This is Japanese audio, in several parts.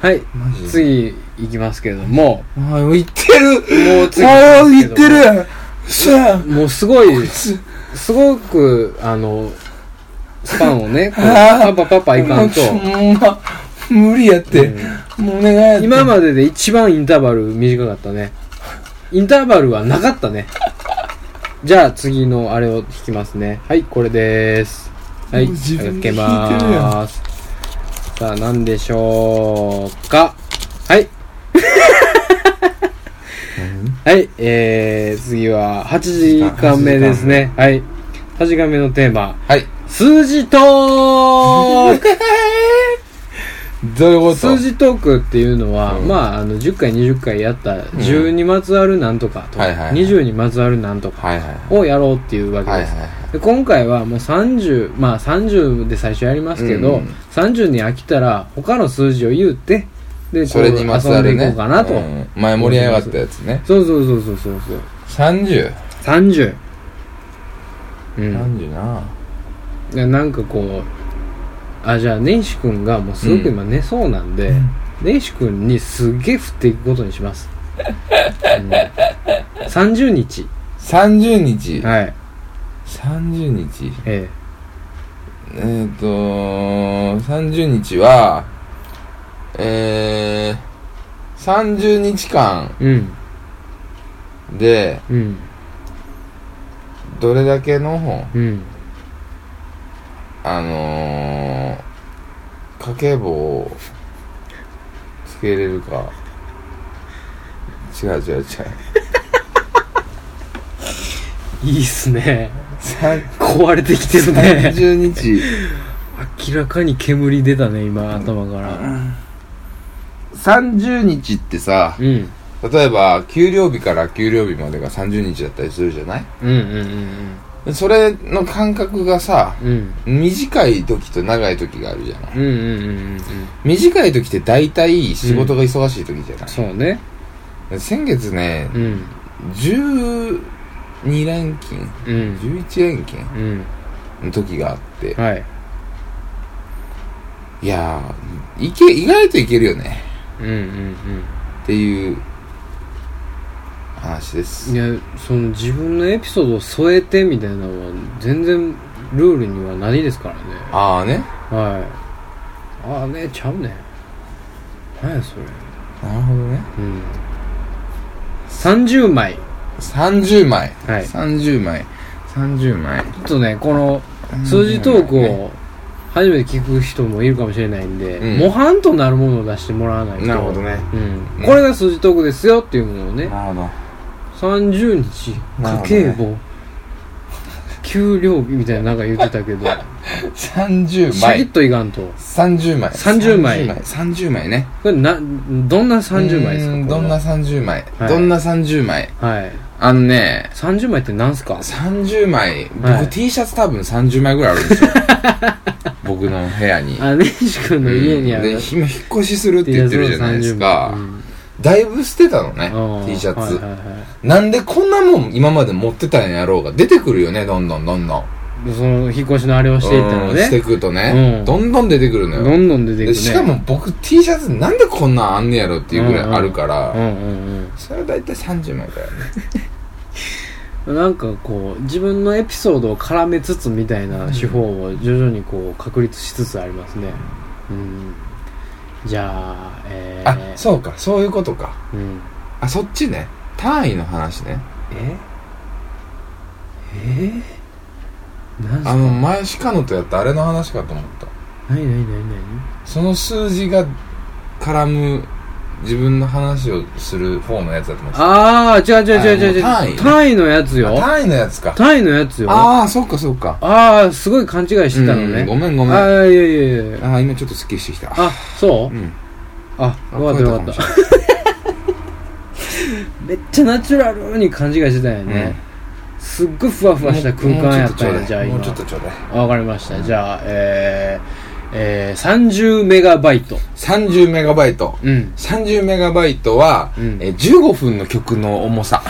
はいマジ次いきますけれどもああ、言ってるもう次ああ、で言すっけてどもる嘘やんもうすごいすすごくあのスパンをねこ うあパーパパパいかん と、ほんま、無理やって。もうお願いやって。今までで一番インターバル短かったねインターバルはなかったねじゃあ次のあれを弾きますねはいこれですはいもう自分開でけ弾いてるやんまーすさあ何でしょうかはいはいえー、次は8時間目ですねはい8時間目のテーマはい。数字トー クどういうこと数字トークっていうのは、うんまああの10回20回やった10にまつわるなんとかとか、はいはいはい20にまつわるなんとかはいはいはい。をやろうっていうわけはいではいす、はい。で今回はもう30まあ30で最初やりますけど、うん30に飽きたら他の数字を言ってでそれにまつこうわ遊るんでいね。こうかなと、うん前盛り上がったやつね。そうそうそうそうそうそう 30?30 30うんな。でなんかこうあじゃあ根岸君がもうすごく今寝そうなんで、根岸君にすげえ振っていくことにします、うん、30日30日。はい30日。ええっ、ー、とー、30日は、えー、30日間えうんで、うんどれだけの本、うんあのー、家計簿をつけれるか。違う違う違う。いいっすねさん壊れてきてるね30日。明らかに煙出たね今頭から30日ってさ、うん例えば、給料日から給料日までが30日だったりするじゃないうんうんそれの感覚がさ、うんうん短い時と長い時があるじゃないうんうんうんうんうん短い時って大体仕事が忙しい時じゃない、そうね先月ね、うん12連勤うん11連勤うんの時があってはいいやーいけ意外といけるよねうんうんっていう話でうんいすやその自分のエピソードを添えてみたいなのは全然ルールには何ですからねああねはいああねちゃうね何やそれなるほどねうん30枚30枚、はい30枚30枚ちょっとねこの数字トークを初めて聞く人もいるかもしれないんで、うん模範となるものを出してもらわないとなるほどねうんねこれが数字トークですよっていうものをねなるほど30日なる家計ほどね簿、給料日みたいななんか言ってたけど30シャキッ枚といかんと30枚30枚30枚ねこれなどんな30枚ですうーかんこどれんな30枚、はいどんな30枚はいあのね30枚ってなんすか 30枚僕、はい T シャツ多分30枚ぐらいある んですよ僕の部屋にあ根岸君の家にあうるんで今引っ越しするって言ってるじゃないですか、だいぶ捨てたのね T シャツ、はいはいはいなんでこんなもん今まで持ってたんやろうが出てくるよねどんどんどんどんでその引っ越しのあれをしていったらうんしてねくるとね、うんどんどん出てくるのよどんどん出てくでねしかも僕 T シャツなんでこんなんあんねやろっていうぐらいあるから、うんうんそれは大体30枚ぐらいあるねうんなんかこう自分のエピソードを絡めつつみたいな手法を徐々にこう確立しつつありますねうんじゃあえー、あそうかそういうことかう、ん、あそっちね単位の話ねええー、なんすかあの前鹿野とやったあれの話かと思った何何何何その数字が絡む自分の話をする方のやつだと思ってたああ違う違う違う違う違うあの単位単位のやつあよ単位のやつか単位のやつよあああそっかそっかあーすごい勘違いしてたのうねんごめんごめんあああいやいやいやあ今ちょっとスッキリしてきたあそう、うんあよかったよかったた めっちゃナチュラルに勘違いしてたんやね、すっごいふわふわした空間やったんやじゃあも今うちょっとちょうだいわかりましたじゃあえー、えー、30メガバイト30メガバイトうん30メガバイトは、うんえー15分の曲の重さ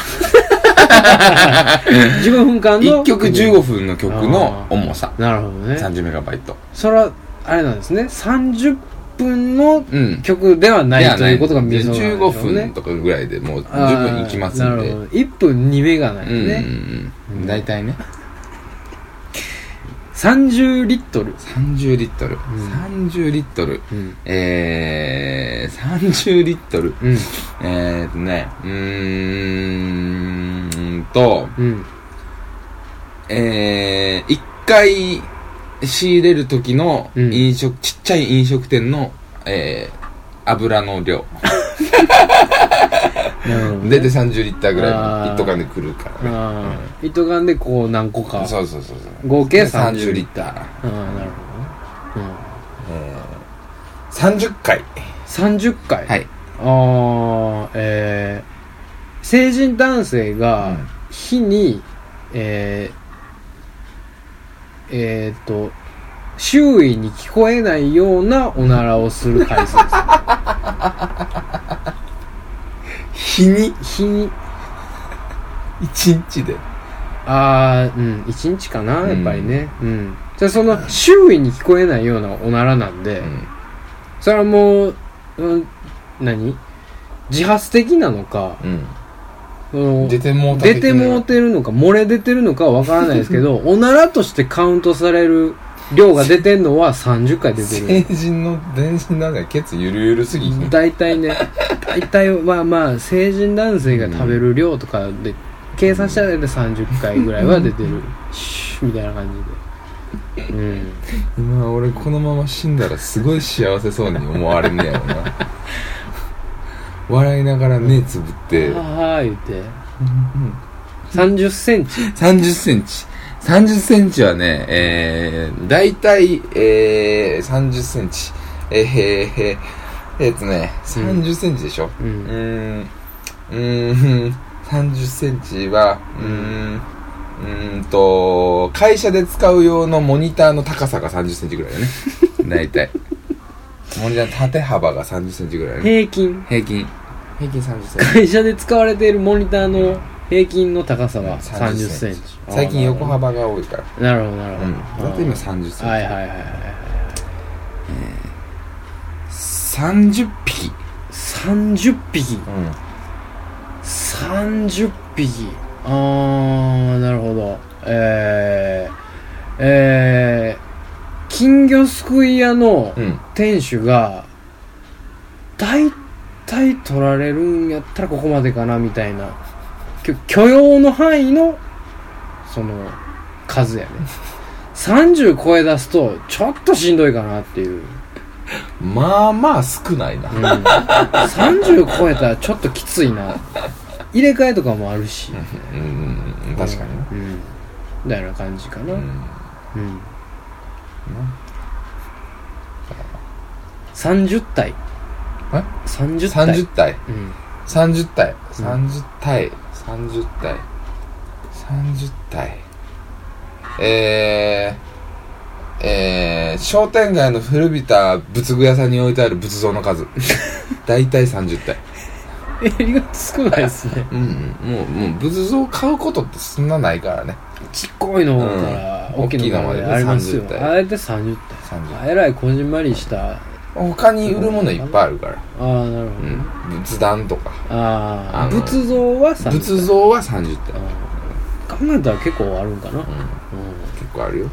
15分間の1曲15分の曲の重さなるほどね30メガバイトそれはあれなんですね30分のうん曲ではないということが見えそうなんでしょう15ね分とかぐらいでもう十分いきますあんーなでるほど1分2目がないうんね、うんううんん大体ね30リットル、 30リットル、30リットルうんえー、30リットルうんえーとねうーんとうんえー、1回仕入れる時のうん飲食、ちっちゃい飲食店のえー、油の量なるほどね大体30リッターぐらいあーの一斗缶で来るからねああ糸眼でこう何個かそうそうそうそう合計30 30リリッッターああなるほどね、 30回うん、30回はいああえー、成人男性うがん日に、えー、えーっと周囲に聞こえないようなおならをする回数です日に 日に1日でああうん1日かなうんやっぱりねうん、じゃあその周囲に聞こえないようなおならなんで、うんそれはもう、うん、何自発的なのか、うんその出てもうた出てもうてるのか漏れ出てるのかはわからないですけ どおならとしてカウントされる量が出てんのは30回出て 成る人の全身なんだケツゆるゆるすぎひん大体ね大体はまあ成人男性が食べる量とかで計算したら大体30回ぐらいは出てるシュッみたいな感じでうん今俺このまま死んだらすごい幸せそうに思われんねやろな笑いながら目つぶってはーいって3 0センチ3 0ンチ3 0ンチはねえー、大体えー、3 0ンチえー、えー、えーえーっとね3 0ンチでしょううんーんうー ん3 0ンチはうーんうーんと会社で使う用のモニターの高さが3 0ンチぐらいだ ね大体モニターの縦幅が3 0ンチぐらいだね平均平均平均3 0ンチ会社で使われているモニターの平均の高さは3 0センチ最近横幅が多いからなるほどなるほうんど、だって今3 0ンチはいはいはいはい30匹30匹うん30匹あーなるほどえー、えー、金魚すくい屋のうん店主が大体取られるんやったらここまでかなみたいなきょ許容の範囲のその数 やね30超え出すとちょっとしんどいかなっていうまあまあ少ないな、うん、30超えたらちょっときついな入れ替えとかもあるしうん、うんうん確かになうんみたいな感じかな、ううんんな30体え30体30体うん、 30体30体30体30体えー、えー、商店街の古びた仏具屋さんに置いてある仏像の 数大体30体えが少ないですねうんうんもうもう仏像買うことってそんなないからねちっこいのからうん大きいのまでありますよ大きいのまでね30体あえて30 30体えらいこじんまりしたあ他に売るものいっぱいあるから、あーなるほうど、ん、仏壇とかあああの仏像は30体仏像は30体、あー考えたら結構あるんかな、うんうん、結構あるよ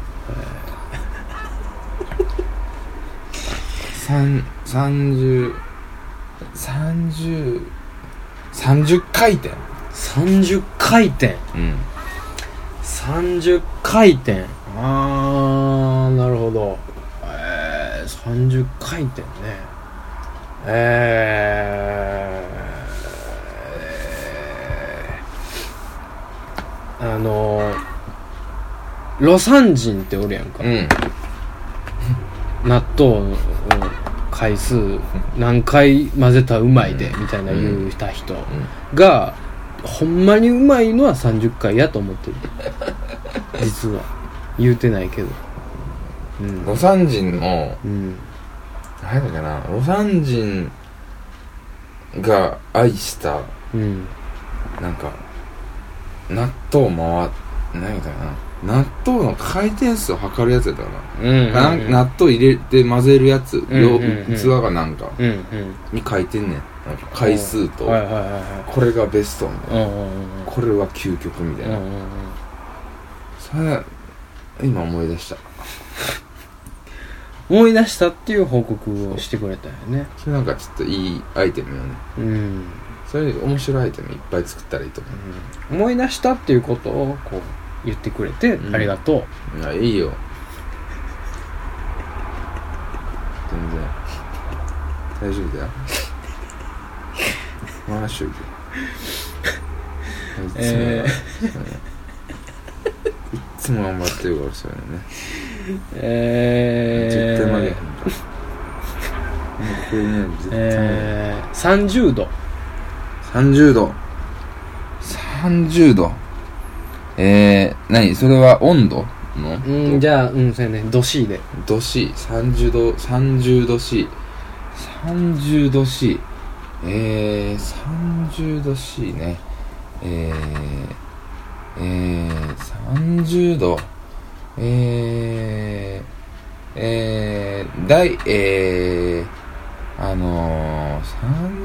三三十三十三十回転30回転うん30回転あーなるほどえー、30回転ねえー、えーあの魯山人っておるやんか、うん納豆の回数何回混ぜたらうまいで、うんみたいな言うた人が、ほんまにうまいのは30回やと思 ってる実は言うてないけどうん魯山人のうん何だっけな魯山人が愛したうんなんか納豆回っ何やったかな納豆の回転数を測るやつやったかな,、うんうんなんうん納豆入れて混ぜるやつ、んうんうんよ器がなんかうんうんに書いてんねんなんか回数と、はいはいはいはこれがベストみたいいうんうんうんなこれは究極みたいうんうな、んうんそれ今思い出した思い出したっていう報告をしてくれたよねそれなんかちょっといいアイテムよねうん、うんそれ面白いアイテムいっぱい作ったらいいと思思い出したっていうことをこう言ってくれて、うんありがとうういやいいよ全然大丈夫だよ回しといていつもえいつも頑張ってるからそういうのねえー、絶対までやへんからもうこれね絶対曲げへんえー、30度30度30度えー、何それは温度のうんじゃあうんそうやねどしいで度 C 30度30度 C 30度 C えー、30度 C ねえー、えー、30度えー、えー、大えー、あのー、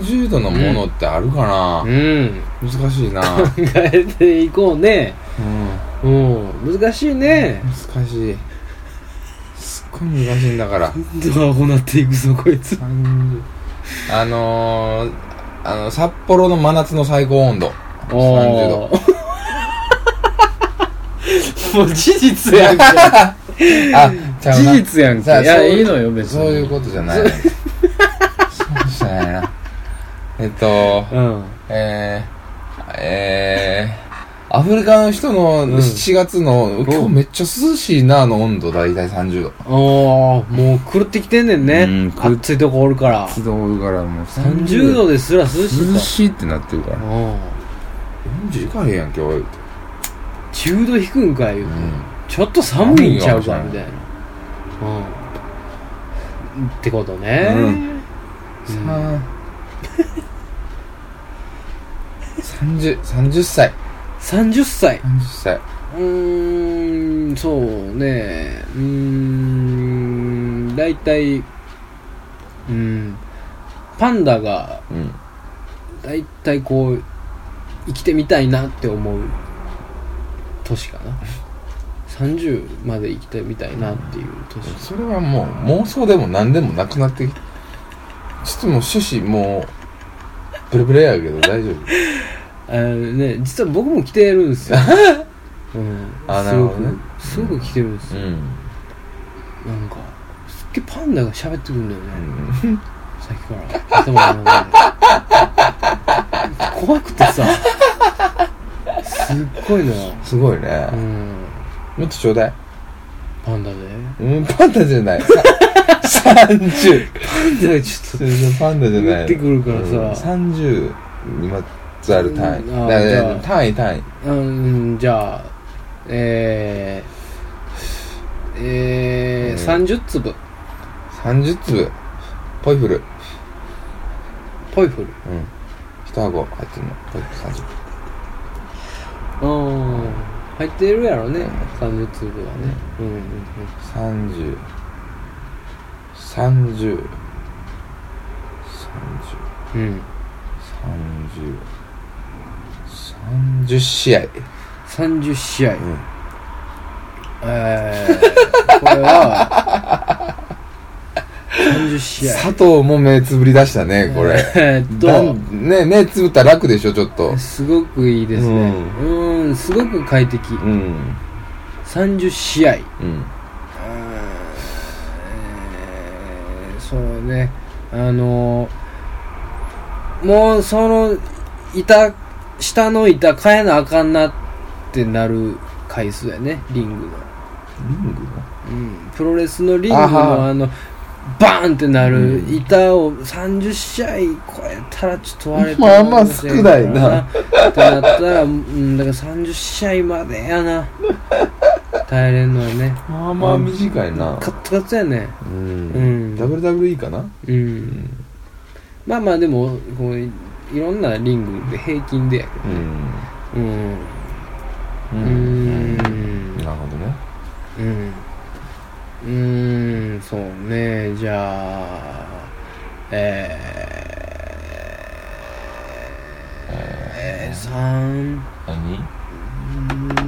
30度のものってあるかな、うん難しいな、考えていこうねうんうん難しいね難しいすっごい難しいんだからどう行っていくぞこいつあのー、あの札幌の真夏の最 高温度30お度ー もう事実やんけあちゃうな事実やんけいさあやそういいのよ別にそういうことじゃないそうじゃないなえっとうんえー、えー、アフリカの人のん7月の、今う日んめっちゃ涼しいなあの温度大体30度おーもう狂ってきてんねんうねん狂っ暑いとこおるから度おるからもう30度ですら涼しい涼しいってなってるからうん40かへんやん今日10度低くんかいうう、んちょっと寒いんちゃうかみたいなうんってことね、うんさあ 30, 30歳30歳30歳うーんそうねうーん大体うんパンダがうん大体こう生きてみたいなって思う年かな30まで生きてみたいなっていう年それはもう妄想でも何でもなくなってきちょっともう趣旨もうブレブレやけど大丈夫あのね実は僕も着てるん ですよ、うん、あなるほどねすごくすごく着てるんですうよ、ん、なんかすっげえパンダが喋ってくるんだよね、うん、さっきから頭の中で怖くてさすっごいなすごいうねんもっとちょうだいパンダでうんパンダじゃないさ30パンダがちょっと全然パンダじゃない言ってくるからさうん、30にまつわる単位うんあだからじゃあ単位単位うんじゃあえー、えーう30粒30粒ポイフルポイフルうん。一箱入ってんの。これ30うん入ってるやろね30粒はねうんうん三十。三十。うんうん三十。三十試合。 30試合、んえー、これは30試合佐藤も目つぶり出したね、これ。えーっとなんね、目つぶったら楽でしょ、ちょっと。すごくいいですねううんんすごく快適うん。 30試合ううん。ーんえーそうねあのもうその板下の板変えなあかんなってなる回数やねリングのリングうんプロレスのリングのあはあのバーンってなるうん板を30試合超えたらちょっと割れてまあまあ少ないなってなったら、うん、だから30試合までやな耐えれんのはねまあまあ短いなカ。ッツカツやねう。うんん WWE かなうん、まあまあでもこういいろんなリングで平均でやけうん。どうんう。うんんなるほどうんうーんそうねじゃあえー、えー、何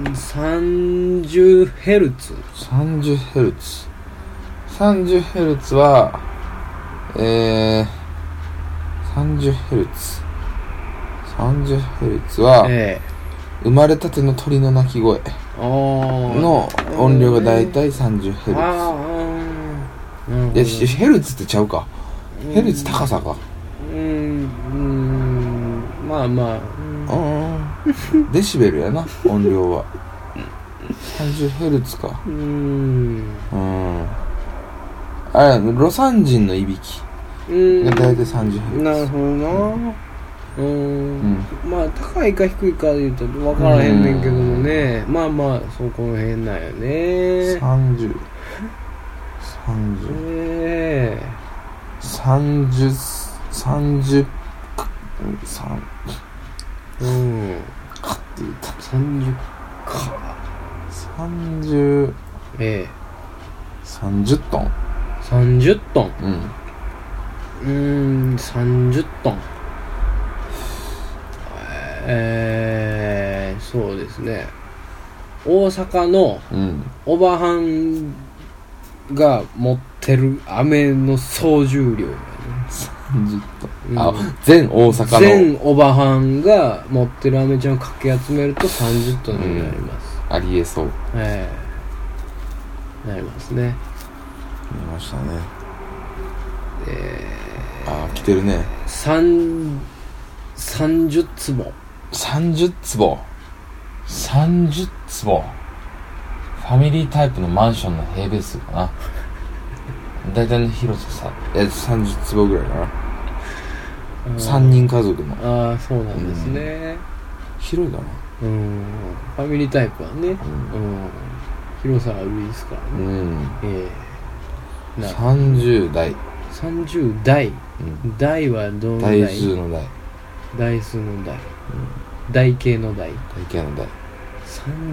3 30ヘルツ 30Hz。30Hz は、えー、30Hz。30Hz は、え生まれたての鳥の鳴き声えー、の音量がだいたヘいルツ 30Hz。あーなるほいどや、しヘルツってちゃうか。ヘルツ高さか。うーんうーんまあまあうんうん。デシベルやな、音量は。30Hz か。うーんうん。あれ、ロサン人のいびきうーんがだいたい 30Hz。なるほどなうーんまあ高いか低いかでいうと分からへんねんけどもねまあまあそこの辺なんよね30。え30。30。30。えうんかって言った。 30か30。ええ30トン。 30トンううーん。ん30トンえー、そうですね大阪のうん。おばはんが持ってる飴の総重量30トン。うあん、全大阪の。全おばはんが持ってる飴ちゃんをかき集めると30トンになります、ありえそう。ええなりますね見ましたね。えー、あ、来てるね。 3 30坪30坪。30坪。ファミリータイプのマンションの平米数かな。大体の広ささ。え、30坪ぐらいかな。3人家族の。ああそうなんですね広いだな。うん、ファミリータイプはね、うんん、広さが売りですからね、うん。ええな30代。 30代うん。代はどの代体重の代。代数の代、台形の代体型の代。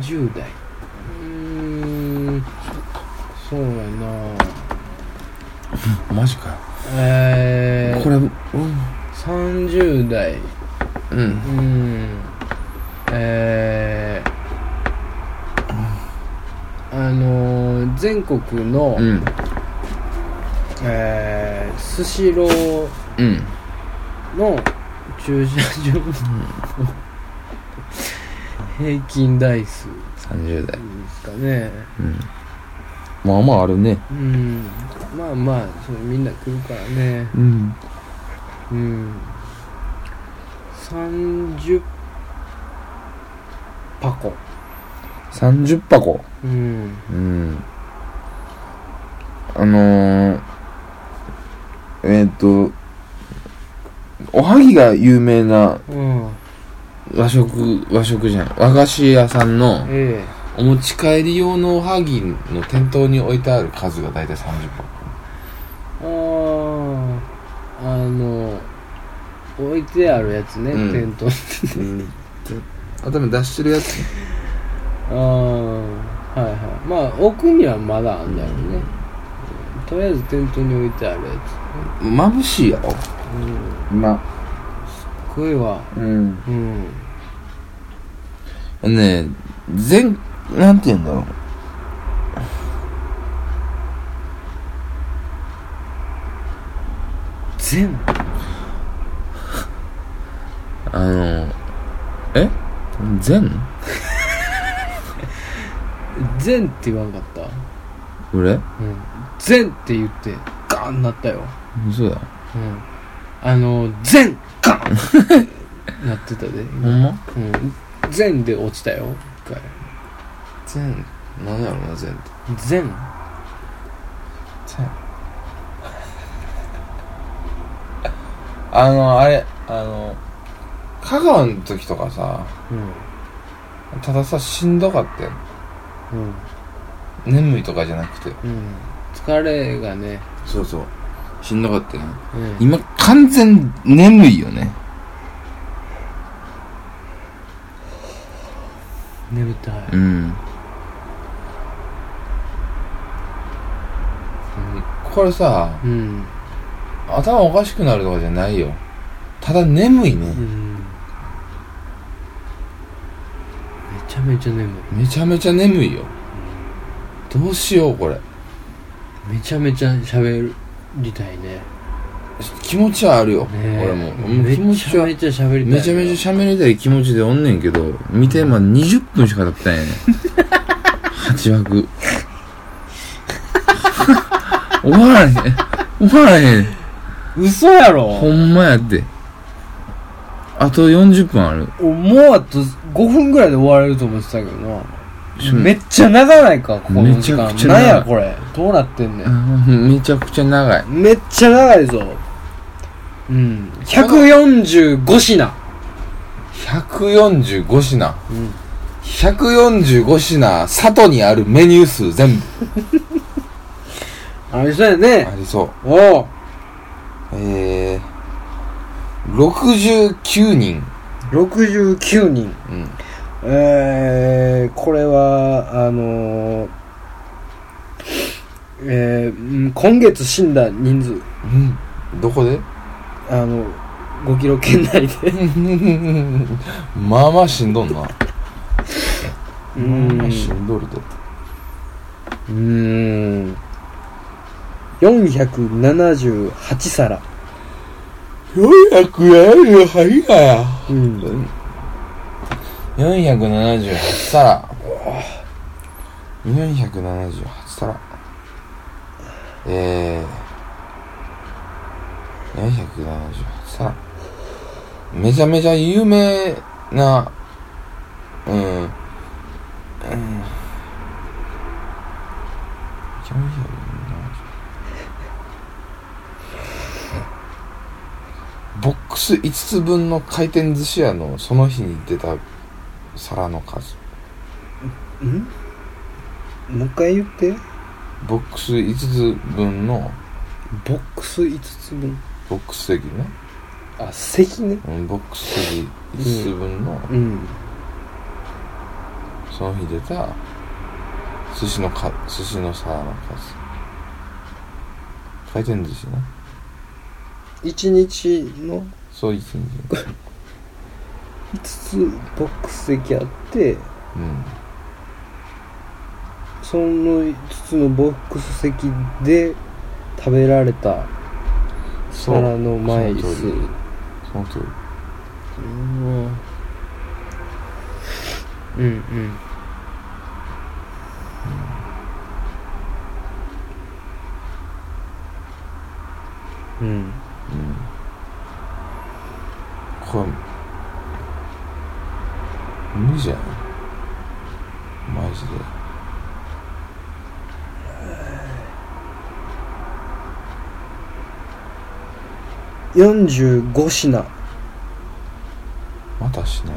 30代うーんそうやなマジかよ。えー、これ、うん。 30代ううん。ーんえー、あのー全国の、うん。えースシローうん。の駐車場の平均台数で30代。すかねうん。まあまああるね。うんまあまあそうみんな来るからねうん。うん30箱30箱。うんうん。あのー、えっ、と、おはぎが有名なうん和食、和食じゃん。和菓子屋さんのええお持ち帰り用のおはぎの店頭に置いてある数が大体30あーあの置いてあるやつね、うんテント箱。うん。頭出してるやつ。ああはいはいまあ奥にはまだあんだよね、とりあえず店頭に置いてあるや眩しいやろ。つうんま、声はうん。うんね全、なんて言うんだろう。全あの、え全全って言わんかった俺うん全って言ってガーンなったよ嘘だ。うんあの全 ガーンなってたで、ほんまうん、全で落ちたよ一回全、なんやろな、全って。全全。 あの、あれ、あの、香川の時とかさ、うんたださ、しんどかったよ。うん眠いとかじゃなくて。うん疲れがね、そうそう。しんどかったよ。うん、今、完全眠いよね。眠たい、うん。これさうん、頭おかしくなるとかじゃないよただ眠いね、うん、めちゃめちゃ眠いめちゃめちゃ眠いよどうしようこれめちゃめちゃ喋りたいね気持ちはあるよ、ね俺ももうめ気持ちちゃはめちゃ喋りたいめちゃめちゃ喋りたい気持ちでおんねんけど見てまあ20分しか経ってないね8枠終わらへん終わらへん嘘やろほんまやってあと40分あるもうあと5分ぐらいで終われると思ってたけどなしめっちゃ長ないかここのめ時ちゃ間くちゃ長ないんやこれどうなってんねあんめちゃくちゃ長いめっちゃ長いぞうん145品145品うん145品里にあるメニュー数全部あれそうやねありそうおうえー、69人、 69人うん、えー、これはあのーえーうん今月死んだ人数うん、どこで あの5キロ圏内でまあまあしんどんうなまあまあしーんどるとん478皿478だようん478皿478皿えー、478皿めちゃめちゃ有名なうん、うん、ボックス5つ分の回転寿司屋のその日に出た皿の数もう一回言ってボックス5つ分のボックス5つ分ボックス席ね、あ席ねうん、ボックス席5つ分のうんその日出た寿司のか寿司の皿の数回転寿司ね1日のそう一日5つボックス席あってうんその5つのボックス席で食べられたそう皿の枚数その通りその通りうんうんうんこれ無理じゃんマジで45品またしない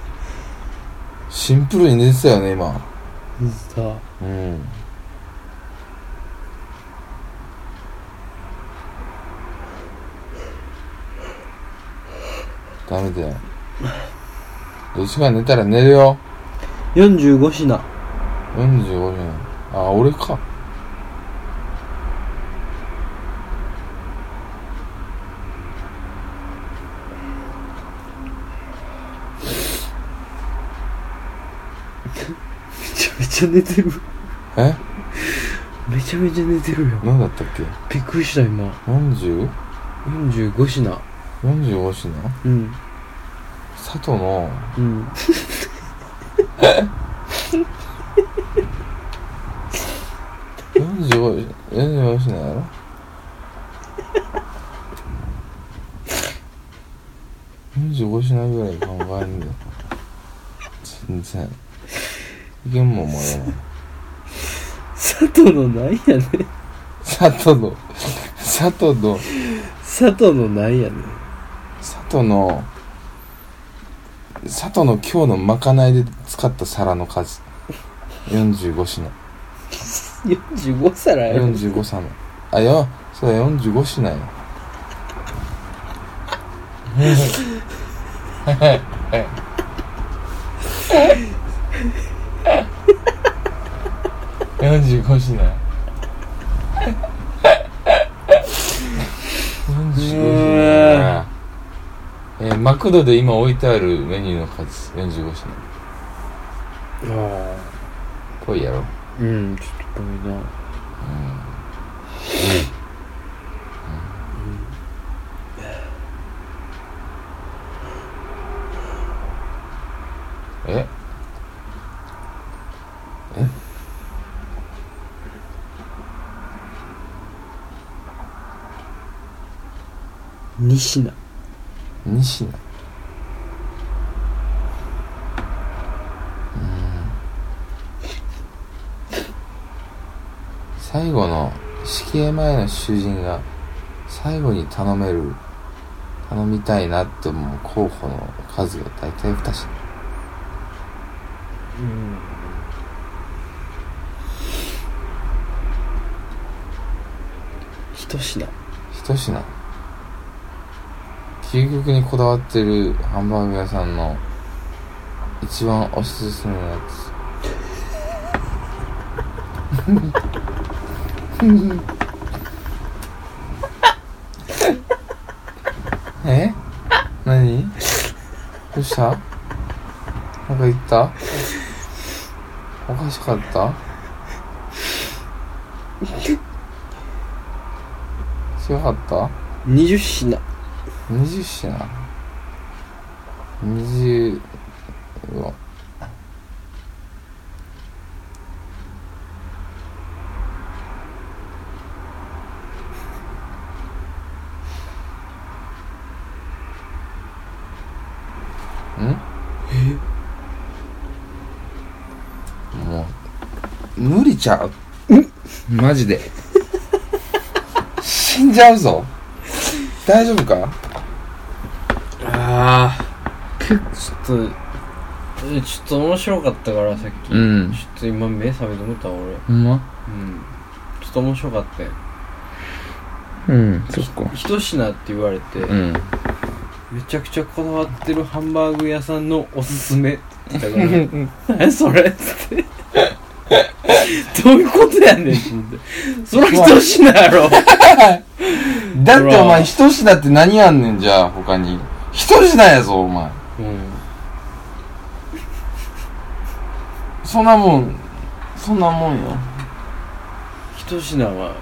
えシンプルに出てたよね今さうんダメだよどっちか寝たら寝るよ45品45分あ俺かめちゃめちゃ寝てるえめちゃめちゃ寝てるよ何だったっけびっくりした今 40?45 45品品うん佐藤のうん45品45品やろ ?45 品ぐらい考えんだよ全然いけんもんもう俺は佐藤のなんやね佐藤の佐藤の佐藤のなんやねトの佐藤の今日のまかないで使った皿の数45品45皿やろ45皿あよそうだ45品よ45品45品えーマクドで今置いてあるメニューの数45品あぽいやろあうんちょっとごめんなええ2品2品うーん最後の死刑前の囚人が最後に頼める頼みたいなって思う候補の数が大体2品うん1品一品究極にこだわってるハンバーグ屋さんの一番おすすめのやつ え何どうしたなんか言ったおかしかった強かった20品20品20をんもう無理ちゃうマジで死んじゃうぞ大丈夫かああちょっとえちょっと面白かったからさっき、うんちょっと今目覚めて思ったわ俺ほんまうんちょっと面白かったようんそっか一品って言われて、うんめちゃくちゃこだわってるハンバーグ屋さんのおすすめって言ったから何それっつってどういうことやねんって思ってそら一品やろだってお前一品って何やんねんじゃあ他に一品やぞお前うんそんなもんそんなもんよ一品は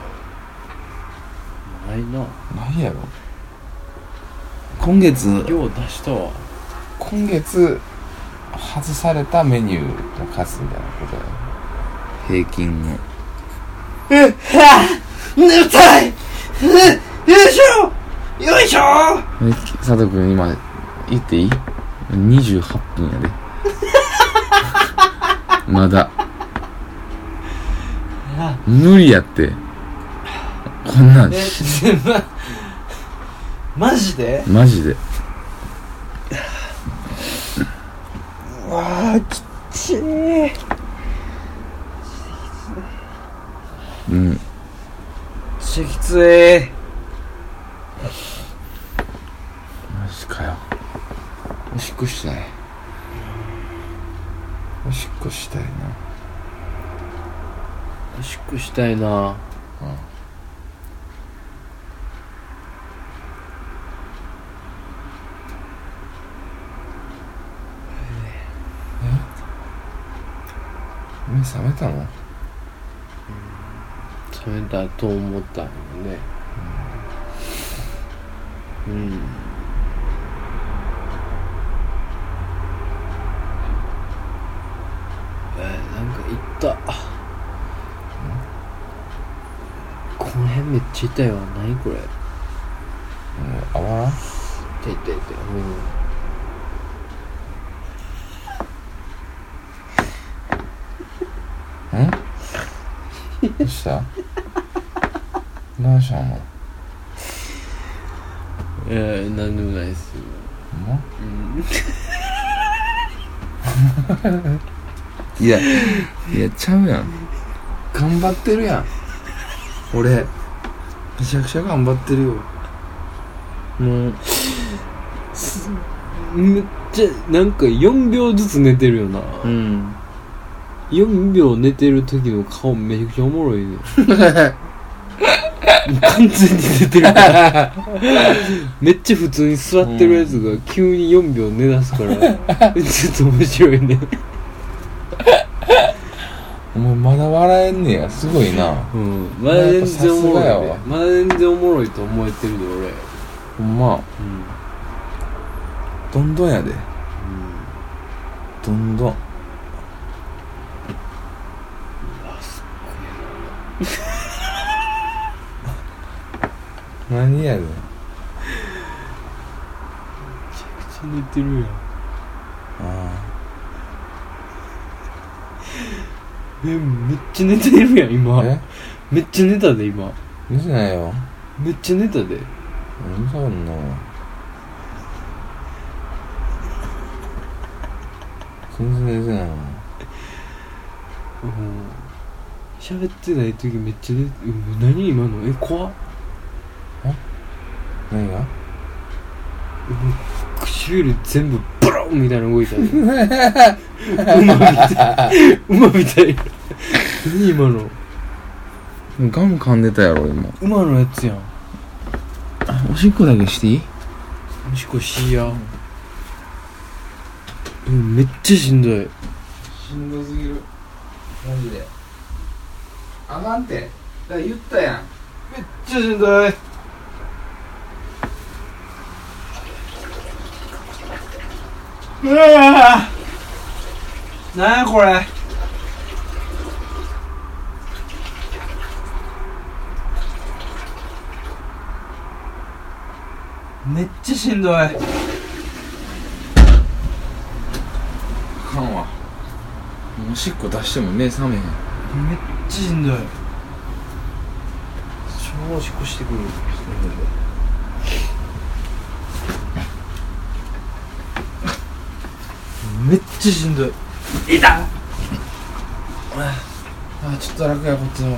ないな何やろ今月量出したわ今月外されたメニューの数みたいなことやろ平均の眠たいよいしょよいしょえ佐藤君今言っていい ?28 分やで まだ無理やってこんなんしえまマジでマジでうわあきっちーうんちきついマジかよおしっこしたいおしっこしたいなおしっこしたいな目覚めたのそれだと思ったよねうんえーなんか痛っこの辺めっちゃ痛いわ何これあわらん痛い痛い痛いんどうしたどうしたのうんえー、なんでもないです いやいやちゃうやん頑張ってるやん俺めちゃくちゃ頑張ってるよもうめっちゃなんか4秒ずつ寝てるよな、うん4秒寝てる時の顔めちゃくちゃおもろいね完全に寝てるからめっちゃ普通に座ってるやつが急に4秒寝だすからちょっと面白いねお前まだ笑えんねやすごいなうんまだ全然おもろやっぱさすがやい、わね、まだ全然おもろいと思えてるで俺ほんまうんどんどんやでどんどん何やねん口寝てるやんあえめっちゃ寝てるやんあ今えめっちゃ寝たで今見てないよめっちゃ寝たで何だろうな全然寝てないなうん喋ってない時めっちゃ寝てうん何今のえ怖っ何が唇全部ブロンみたいな動いたで 馬みたい馬みたい何今のガム噛んでたやろ今馬のやつやんおしっこだけしていいもしこしいやうんめっちゃしんどいしんどすぎるマジであかんてだから言ったやんめっちゃしんどいうわなんやこれめっちゃしんどいあかんわおしっこ出しても目覚めへんめっちゃしんどい超おしっこしてくるめっちゃしんどいあちょっと楽やこっちの方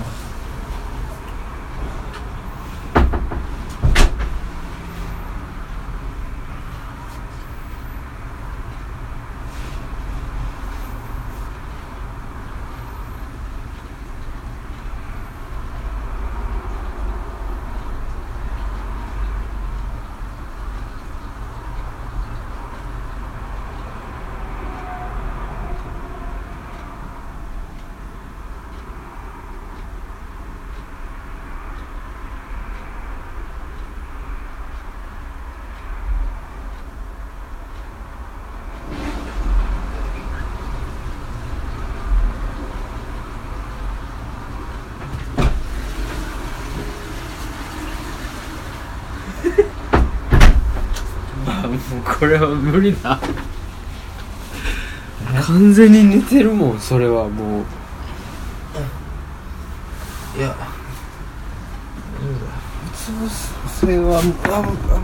あもう これは無理だ完全に寝てるもんそれはもういやそうそれはもうあもうあもう完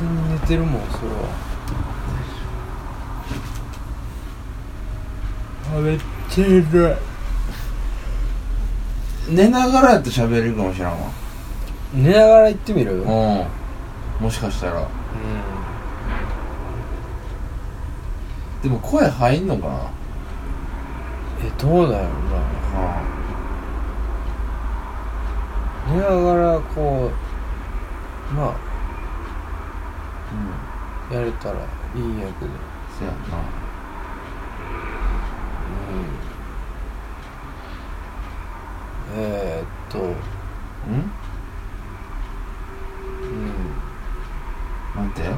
全に寝てるもんそれはあめっちゃひどい寝ながらやと喋れるかもしれんわ寝ながら行ってみるうんもしかしたらでも声入んのかなえどうだろうあな寝ながらこうまうんあやれたらいいんやけどせやんなうんえー、っとうんうん待って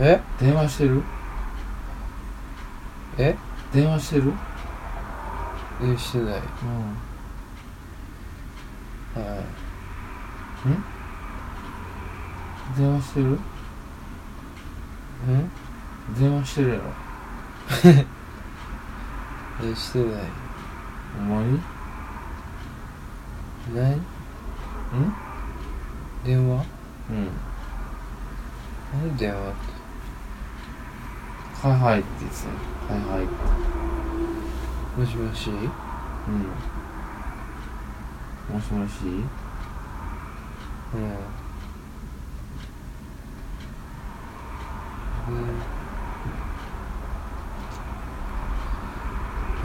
え電話してるえ電話してるえしてないうんはい電話してるうん電話してるやろ えしてないお前に何ん電話うんなんでよはいはいって言ってたよはいはいもしもしうんもしもしうん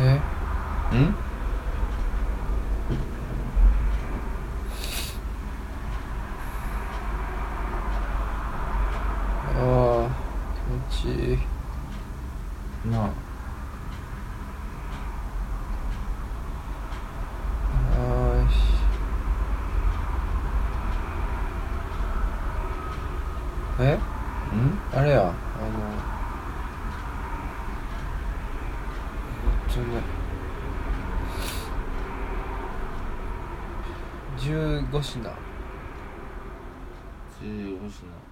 うんえんああ気持ちいいなああーしえんあれやあのえっとね15品十五品